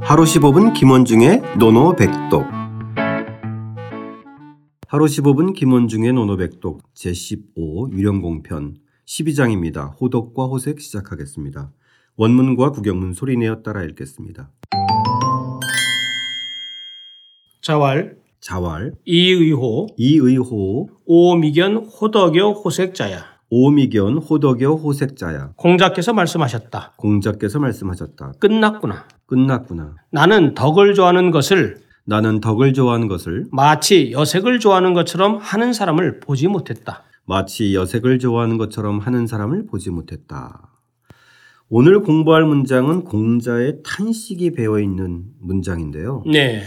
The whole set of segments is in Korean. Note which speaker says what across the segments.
Speaker 1: 하루 15분 김원중의 노노백독 하루 15분 김원중의 노노백독 제15 유령공편 12장입니다. 호덕과 호색 시작하겠습니다. 원문과 구경문 소리내어 따라 읽겠습니다.
Speaker 2: 자왈
Speaker 1: 자왈
Speaker 2: 이의호
Speaker 1: 이의호
Speaker 2: 오미견 호덕여 호색자야
Speaker 1: 오미견 호덕여 호색자야
Speaker 2: 공자께서 말씀하셨다.
Speaker 1: 공자께서 말씀하셨다.
Speaker 2: 끝났구나.
Speaker 1: 끝났구나.
Speaker 2: 나는 덕을 좋아하는 것을
Speaker 1: 나는 덕을 좋아하는 것을
Speaker 2: 마치 여색을 좋아하는 것처럼 하는 사람을 보지 못했다.
Speaker 1: 마치 여색을 좋아하는 것처럼 하는 사람을 보지 못했다. 오늘 공부할 문장은 공자의 탄식이 배어 있는 문장인데요.
Speaker 2: 네,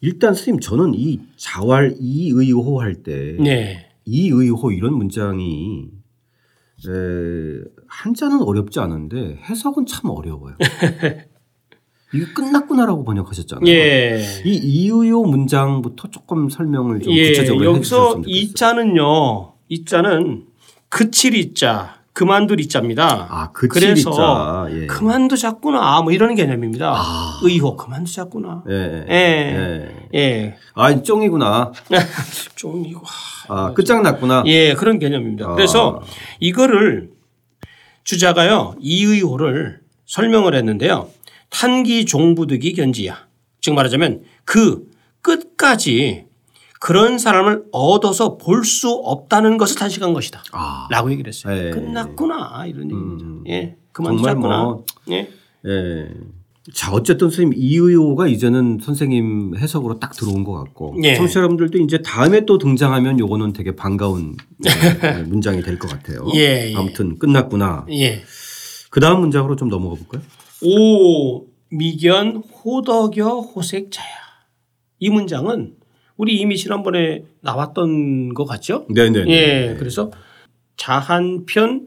Speaker 1: 일단 스님 저는 이 자활 이의호 할 때
Speaker 2: 네,
Speaker 1: 이의호 이런 문장이 에, 한자는 어렵지 않은데 해석은 참 어려워요. 이게 끝났구나라고 번역하셨잖아요.
Speaker 2: 예.
Speaker 1: 이 이의호 문장부터 조금 설명을 좀
Speaker 2: 예,
Speaker 1: 구체적으로
Speaker 2: 여기서
Speaker 1: 해주셨으면 좋겠어요.
Speaker 2: 이자는요, 이자는 그칠 이자, 그만둘 이자입니다.
Speaker 1: 아, 그치
Speaker 2: 그래서
Speaker 1: 빗자. 예.
Speaker 2: 그만두자꾸나 뭐 이런 개념입니다.
Speaker 1: 아.
Speaker 2: 의호 그만두자꾸나.
Speaker 1: 예, 예.
Speaker 2: 예,
Speaker 1: 예.
Speaker 2: 예,
Speaker 1: 아, 쫑이구나.
Speaker 2: 좀 이거
Speaker 1: 아, 끝장났구나.
Speaker 2: 예, 그런 개념입니다.
Speaker 1: 아.
Speaker 2: 그래서 이거를 주자가요 이의호를 설명을 했는데요. 탄기 종부득이 견지야. 즉 말하자면 그 끝까지 그런 사람을 얻어서 볼 수 없다는 것을 탄식한 것이다.
Speaker 1: 아,
Speaker 2: 라고 얘기를 했어요.
Speaker 1: 예.
Speaker 2: 끝났구나 이런 얘기입니다.
Speaker 1: 음.
Speaker 2: 예,
Speaker 1: 정말
Speaker 2: 그만두셨구나.
Speaker 1: 뭐.
Speaker 2: 예,
Speaker 1: 예. 자, 어쨌든 선생님 이의호가 이제는 선생님 해석으로 딱 들어온 것 같고
Speaker 2: 예.
Speaker 1: 청취자 여러분들도 이제 다음에 또 등장하면 요거는 되게 반가운 예, 문장이 될 것 같아요.
Speaker 2: 예, 예.
Speaker 1: 아무튼 끝났구나.
Speaker 2: 예.
Speaker 1: 그 다음 문장으로 좀 넘어가 볼까요?
Speaker 2: 오 미견 호덕여 호색자야. 이 문장은 우리 이미 지난번에 나왔던 것 같죠?
Speaker 1: 네네.
Speaker 2: 예, 그래서 자한편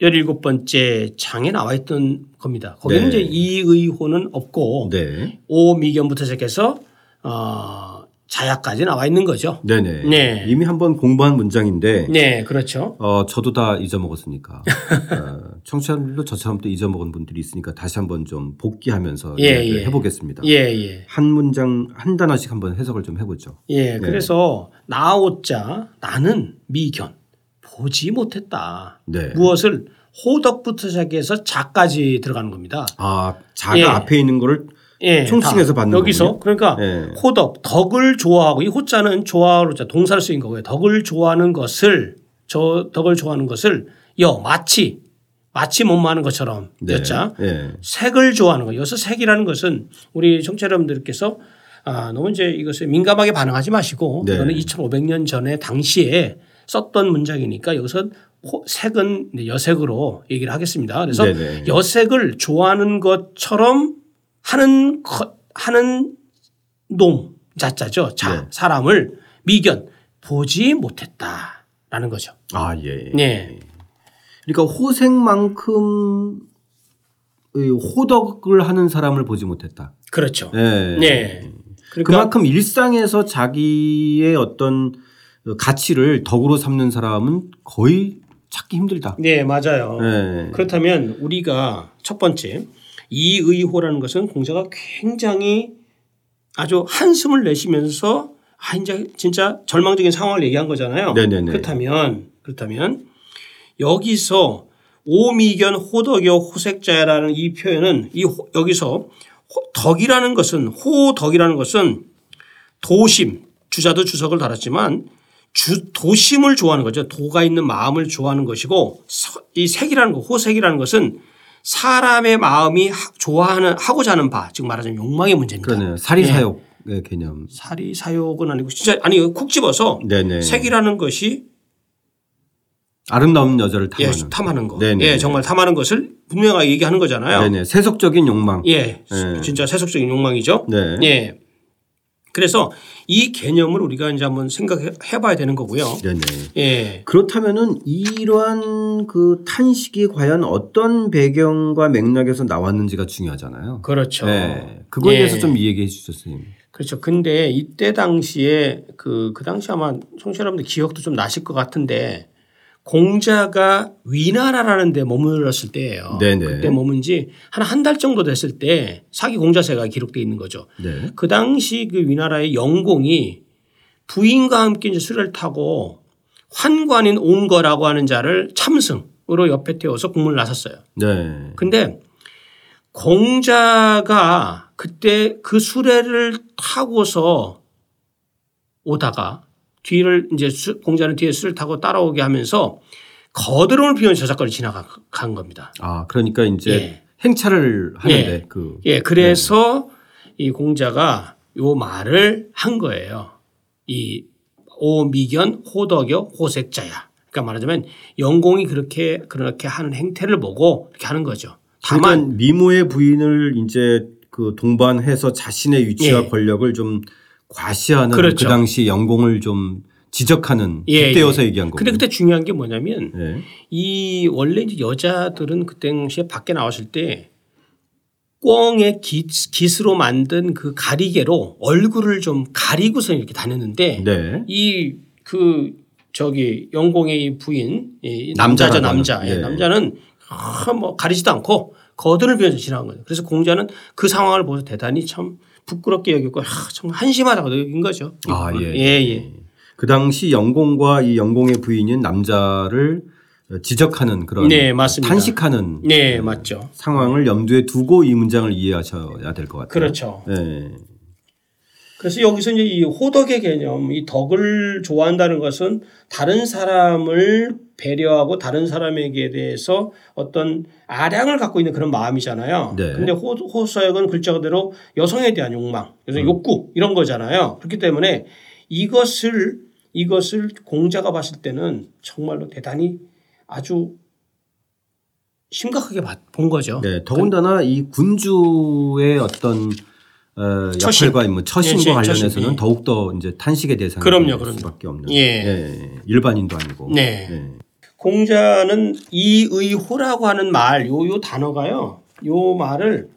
Speaker 2: 17번째 장에 나와 있던 겁니다. 거기는
Speaker 1: 네.
Speaker 2: 이제 이의호는 없고
Speaker 1: 네.
Speaker 2: 오미견부터 시작해서 어, 자야까지 나와 있는 거죠.
Speaker 1: 네네.
Speaker 2: 네.
Speaker 1: 이미 한번 공부한 문장인데
Speaker 2: 네, 그렇죠.
Speaker 1: 어, 저도 다 잊어먹었으니까. 어, 청취자들도 저처럼 또 잊어먹은 분들이 있으니까 다시 한번 좀 복귀하면서
Speaker 2: 예,
Speaker 1: 이야기를
Speaker 2: 예.
Speaker 1: 해보겠습니다.
Speaker 2: 예, 예.
Speaker 1: 한 문장, 한 단어씩 한번 해석을 좀 해보죠.
Speaker 2: 예, 그래서 나오자 나는 미견 보지 못했다.
Speaker 1: 네.
Speaker 2: 무엇을 호덕부터 시작해서 자까지 들어가는 겁니다.
Speaker 1: 아, 자가
Speaker 2: 예.
Speaker 1: 앞에 있는 거를
Speaker 2: 예,
Speaker 1: 총칭해서
Speaker 2: 다.
Speaker 1: 받는
Speaker 2: 여기서 그러니까
Speaker 1: 예.
Speaker 2: 호덕 덕을 좋아하고 이 호자는 좋아로자 동사를 쓰인 거고요. 덕을 좋아하는 것을 저 덕을 좋아하는 것을 여 마치 마치 못마는 것처럼
Speaker 1: 네.
Speaker 2: 여자
Speaker 1: 예.
Speaker 2: 색을 좋아하는 거. 여기서 색이라는 것은 우리 청취자 여러분들께서 아, 너무 이제 이것에 민감하게 반응하지 마시고
Speaker 1: 네.
Speaker 2: 이거는 2500년 전에 당시에 썼던 문장이니까 여기서 호- 색은 이제 여색으로 얘기를 하겠습니다. 그래서
Speaker 1: 네네.
Speaker 2: 여색을 좋아하는 것처럼 하는 거- 하는 놈 자자죠. 자
Speaker 1: 네.
Speaker 2: 사람을 미견 보지 못했다라는 거죠.
Speaker 1: 아, 예.
Speaker 2: 네.
Speaker 1: 그러니까 호생만큼 이 호덕을 하는 사람을 보지 못했다.
Speaker 2: 그렇죠.
Speaker 1: 예.
Speaker 2: 네.
Speaker 1: 그만큼 일상에서 자기의 어떤 가치를 덕으로 삼는 사람은 거의 찾기 힘들다.
Speaker 2: 네, 맞아요.
Speaker 1: 네.
Speaker 2: 그렇다면 우리가 첫 번째 이의호라는 것은 공자가 굉장히 아주 한숨을 내쉬면서 아 이제 진짜 절망적인 상황을 얘기한 거잖아요.
Speaker 1: 네네네.
Speaker 2: 그렇다면 그렇다면 여기서 오미견 호덕여 호색자라는 이 표현은 이 호- 여기서 호- 덕이라는 것은 호덕이라는 것은 도심 주자도 주석을 달았지만 주 도심을 좋아하는 거죠. 도가 있는 마음을 좋아하는 것이고 서- 이 색이라는 거 호색이라는 것은 사람의 마음이 하- 좋아하는 하고자 하는 바, 즉 말하자면 욕망의 문제입니다.
Speaker 1: 그러네요. 사리사욕의
Speaker 2: 예.
Speaker 1: 개념.
Speaker 2: 사리 사욕은 아니고 진짜 아니 이거 쿡 집어서
Speaker 1: 네네.
Speaker 2: 색이라는 것이
Speaker 1: 아름다운 여자를 탐하는.
Speaker 2: 예, 탐하는 거,
Speaker 1: 네네.
Speaker 2: 예 정말 탐하는 것을 분명하게 얘기하는 거잖아요.
Speaker 1: 네네. 세속적인 욕망.
Speaker 2: 예,
Speaker 1: 네.
Speaker 2: 진짜 세속적인 욕망이죠.
Speaker 1: 네.
Speaker 2: 예. 그래서 이 개념을 우리가 이제 한번 생각해 봐야 되는 거고요.
Speaker 1: 네네.
Speaker 2: 예.
Speaker 1: 그렇다면은 이러한 그 탄식이 과연 어떤 배경과 맥락에서 나왔는지가 중요하잖아요.
Speaker 2: 그렇죠.
Speaker 1: 네. 그거에
Speaker 2: 예.
Speaker 1: 대해서 좀 이야기해 주죠, 선생님.
Speaker 2: 그렇죠. 근데 이때 당시에 그, 그 당시 아마 청취자 여러분들 기억도 좀 나실 것 같은데 공자가 위나라라는 데 머물렀을 때예요.
Speaker 1: 네네.
Speaker 2: 그때 머문 지한 한 달 정도 됐을 때 사기 공자세가 기록돼 있는 거죠.
Speaker 1: 네.
Speaker 2: 그 당시 그 위나라의 영공이 부인과 함께 이제 수레를 타고 환관인 옹거라고 하는 자를 참승으로 옆에 태워서 국문을 나섰어요.
Speaker 1: 네.
Speaker 2: 근데 공자가 그때 그 수레를 타고서 오다가 뒤를 이제 수- 공자는 뒤에 수를 타고 따라오게 하면서 거드름을 피우는 저작거리 지나간 겁니다.
Speaker 1: 아, 그러니까 이제
Speaker 2: 예.
Speaker 1: 행차를 하는데 그
Speaker 2: 예, 그래서 이 공자가 요 말을 한 거예요. 이 오미견 호덕여 호색자야. 그러니까 말하자면 영공이 그렇게 그렇게 하는 행태를 보고 이렇게 하는 거죠. 다만
Speaker 1: 다만 그러니까 미모의 부인을 이제 그 동반해서 자신의 위치와
Speaker 2: 예.
Speaker 1: 권력을 좀 과시하는 그
Speaker 2: 그렇죠.
Speaker 1: 당시 영공을 좀 지적하는
Speaker 2: 예,
Speaker 1: 빗대어서
Speaker 2: 예.
Speaker 1: 얘기한
Speaker 2: 근데
Speaker 1: 거군요.
Speaker 2: 그때 중요한 게 뭐냐면
Speaker 1: 예.
Speaker 2: 이 원래 이제 여자들은 그때 당시에 밖에 나왔을 때 꽁의 깃, 깃으로 만든 그 가리개로 얼굴을 좀 가리고서 이렇게 다녔는데
Speaker 1: 네.
Speaker 2: 이 그 저기 영공의 이 부인 이
Speaker 1: 남자라고
Speaker 2: 남자죠 남자
Speaker 1: 하는.
Speaker 2: 예,
Speaker 1: 네.
Speaker 2: 남자는 아, 뭐 가리지도 않고 거드를 비워서 지나간 거죠. 그래서 공자는 그 상황을 보면서 대단히 참 부끄럽게 여겼고 아, 정말 한심하다고 여긴 거죠.
Speaker 1: 아, 예.
Speaker 2: 예, 예.
Speaker 1: 그 당시 영공과 이 영공의 부인인 남자를 지적하는 그런
Speaker 2: 네, 맞습니다.
Speaker 1: 탄식하는
Speaker 2: 네 맞죠.
Speaker 1: 상황을 염두에 두고 이 문장을 이해하셔야 될 것 같아요.
Speaker 2: 그렇죠.
Speaker 1: 네.
Speaker 2: 그래서 여기서 이제 이 호덕의 개념, 이 덕을 좋아한다는 것은 다른 사람을 배려하고 다른 사람에게 대해서 어떤 아량을 갖고 있는 그런 마음이잖아요.
Speaker 1: 네.
Speaker 2: 근데 호, 호서역은 글자 그대로 여성에 대한 욕망, 그래서
Speaker 1: 음.
Speaker 2: 욕구 이런 거잖아요. 그렇기 때문에 이것을 이것을 공자가 봤을 때는 정말로 대단히 아주 심각하게 봤- 본 거죠.
Speaker 1: 네, 더군다나 이 군주의 어떤 어,
Speaker 2: 처신.
Speaker 1: 역할과 임무, 처신과
Speaker 2: 예, 예,
Speaker 1: 관련해서는
Speaker 2: 처신, 예.
Speaker 1: 더욱더 이제 탄식의 대상이
Speaker 2: 그럼요,
Speaker 1: 될
Speaker 2: 그럼요.
Speaker 1: 수밖에 없는
Speaker 2: 예.
Speaker 1: 일반인도 아니고
Speaker 2: 네.
Speaker 1: 예.
Speaker 2: 공자는 이의호라고 하는 말, 요, 요 단어가요, 요 말을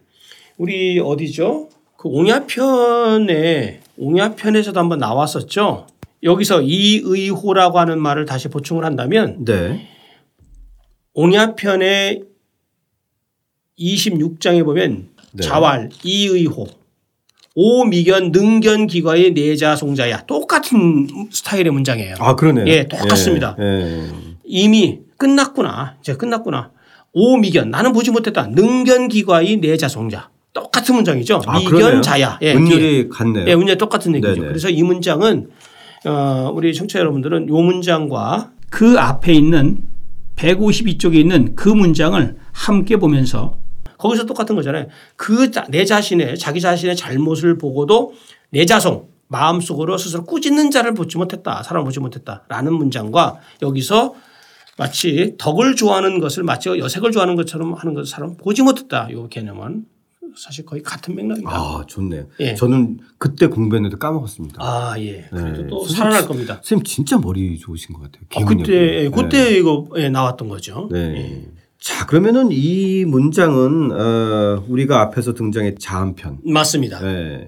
Speaker 2: 우리 어디죠? 그 옹야편에, 옹야편에서도 한번 나왔었죠? 여기서 이의호라고 하는 말을 다시 보충을 한다면,
Speaker 1: 네.
Speaker 2: 옹야편의 26장에 보면
Speaker 1: 네.
Speaker 2: 자활, 이의호, 오미견, 능견, 기과의 네 내자, 송자야. 똑같은 스타일의 문장이에요.
Speaker 1: 아 그러네요.
Speaker 2: 예, 똑같습니다.
Speaker 1: 예, 예.
Speaker 2: 이미 끝났구나. 이제 끝났구나. 오미견 나는 보지 못했다. 능견기과의 네 내자송자. 똑같은 문장이죠.
Speaker 1: 아, 그러네요.
Speaker 2: 미견자야. 예, 뒤에.
Speaker 1: 은율이 같네요.
Speaker 2: 예, 운율 똑같은 얘기죠.
Speaker 1: 네네.
Speaker 2: 그래서 이 문장은 어, 우리 청취자 여러분들은 요 문장과 그 앞에 있는 152쪽에 있는 그 문장을 함께 보면서 거기서 똑같은 거잖아요. 그 내 자신의 자기 자신의 잘못을 보고도 내 자성 마음속으로 스스로 꾸짖는 자를 보지 못했다. 사람 보지 못했다라는 문장과 여기서 마치 덕을 좋아하는 것을 마치 여색을 좋아하는 것처럼 하는 것을 사람 보지 못했다. 요 개념은 사실 거의 같은 맥락이다.
Speaker 1: 아 좋네요.
Speaker 2: 예.
Speaker 1: 저는 그때 공부했는데 까먹었습니다.
Speaker 2: 아, 예. 그래도
Speaker 1: 네.
Speaker 2: 또
Speaker 1: 선생님,
Speaker 2: 살아날 겁니다.
Speaker 1: 선생님 진짜 머리 좋으신 것 같아요.
Speaker 2: 어,
Speaker 1: 기억력이.
Speaker 2: 그때,
Speaker 1: 네.
Speaker 2: 예, 그때 이거 예, 나왔던 거죠.
Speaker 1: 네. 자 그러면은 이 문장은 어, 우리가 앞에서 등장한 자한편.
Speaker 2: 예. 맞습니다.
Speaker 1: 네.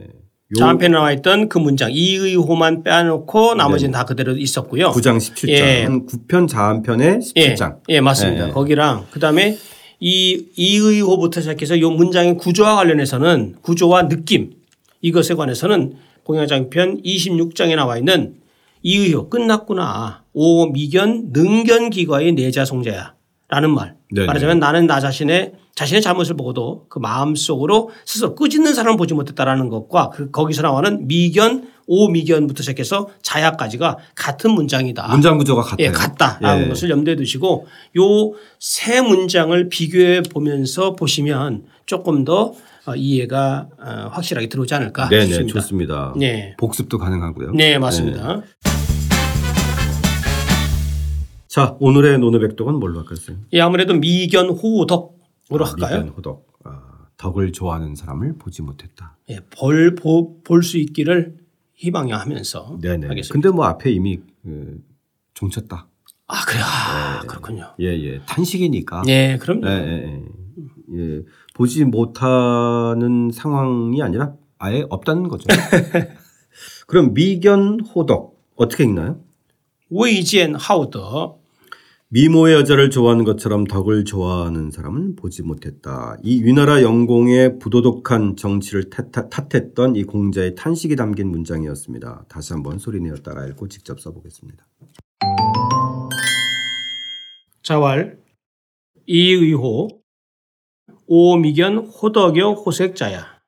Speaker 2: 자, 한편에 나와 있던 그 문장, 이의호만 빼놓고 나머지는
Speaker 1: 네.
Speaker 2: 다 그대로 있었고요.
Speaker 1: 9장 17장
Speaker 2: 예.
Speaker 1: 한 9편 자한편의
Speaker 2: 예,
Speaker 1: 17장
Speaker 2: 예, 맞습니다.
Speaker 1: 예.
Speaker 2: 거기랑 그다음에 이 이의호부터 시작해서 이 문장의 구조와 관련해서는 구조와 느낌 이것에 관해서는 공양장편 26장에 나와 있는 이의호 끝났구나 오 미견 능견 기과의 내자 송자야라는 말
Speaker 1: 네네.
Speaker 2: 말하자면 나는 나 자신의 자신의 잘못을 보고도 그 마음 속으로 스스로 끄짖는 사람을 보지 못했다라는 것과 그 거기서 나오는 미견 오 미견부터 시작해서 자야까지가 같은 문장이다.
Speaker 1: 문장 구조가 같아요.
Speaker 2: 예, 같다라는
Speaker 1: 예.
Speaker 2: 것을 염두에 두시고 요 세 문장을 비교해 보면서 보시면 조금 더 어, 이해가 어, 확실하게 들어오지 않을까
Speaker 1: 네네
Speaker 2: 싶습니다.
Speaker 1: 좋습니다.
Speaker 2: 네.
Speaker 1: 복습도 가능하고요.
Speaker 2: 아, 네, 맞습니다.
Speaker 1: 자 오늘의 노노백독은 뭘로 할까요? 선생님?
Speaker 2: 예, 아무래도 미견 호덕으로 할까요?
Speaker 1: 아, 미변 호덕 아, 덕을 좋아하는 사람을 보지 못했다.
Speaker 2: 예, 볼볼 수 있기를 희망해 하면서
Speaker 1: 네네.
Speaker 2: 하겠습니다.
Speaker 1: 근데 뭐 앞에 이미 그, 종쳤다.
Speaker 2: 아, 그래요.
Speaker 1: 네.
Speaker 2: 아, 그렇군요.
Speaker 1: 예예 탄식이니까.
Speaker 2: 예, 그럼요.
Speaker 1: 예, 예, 예. 예, 보지 못하는 상황이 아니라 아예 없다는 거죠. 그럼 미견 호덕 어떻게 읽나요?
Speaker 2: 위젠 하우더
Speaker 1: 미모의 여자를 좋아하는 것처럼 덕을 좋아하는 사람은 보지 못했다. 이 위나라 영공의 부도덕한 정치를 탓- 탓했던 이 공자의 탄식이 담긴 문장이었습니다. 다시 한번 소리내어 따라 읽고 직접 써보겠습니다.
Speaker 2: 자왈 이의호 오미견 호덕여 호색자야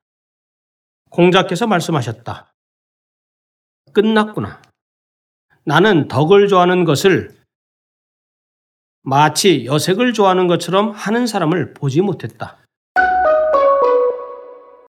Speaker 2: 공자께서 말씀하셨다. 끝났구나. 나는 덕을 좋아하는 것을 마치 여색을 좋아하는 것처럼 하는 사람을 보지 못했다.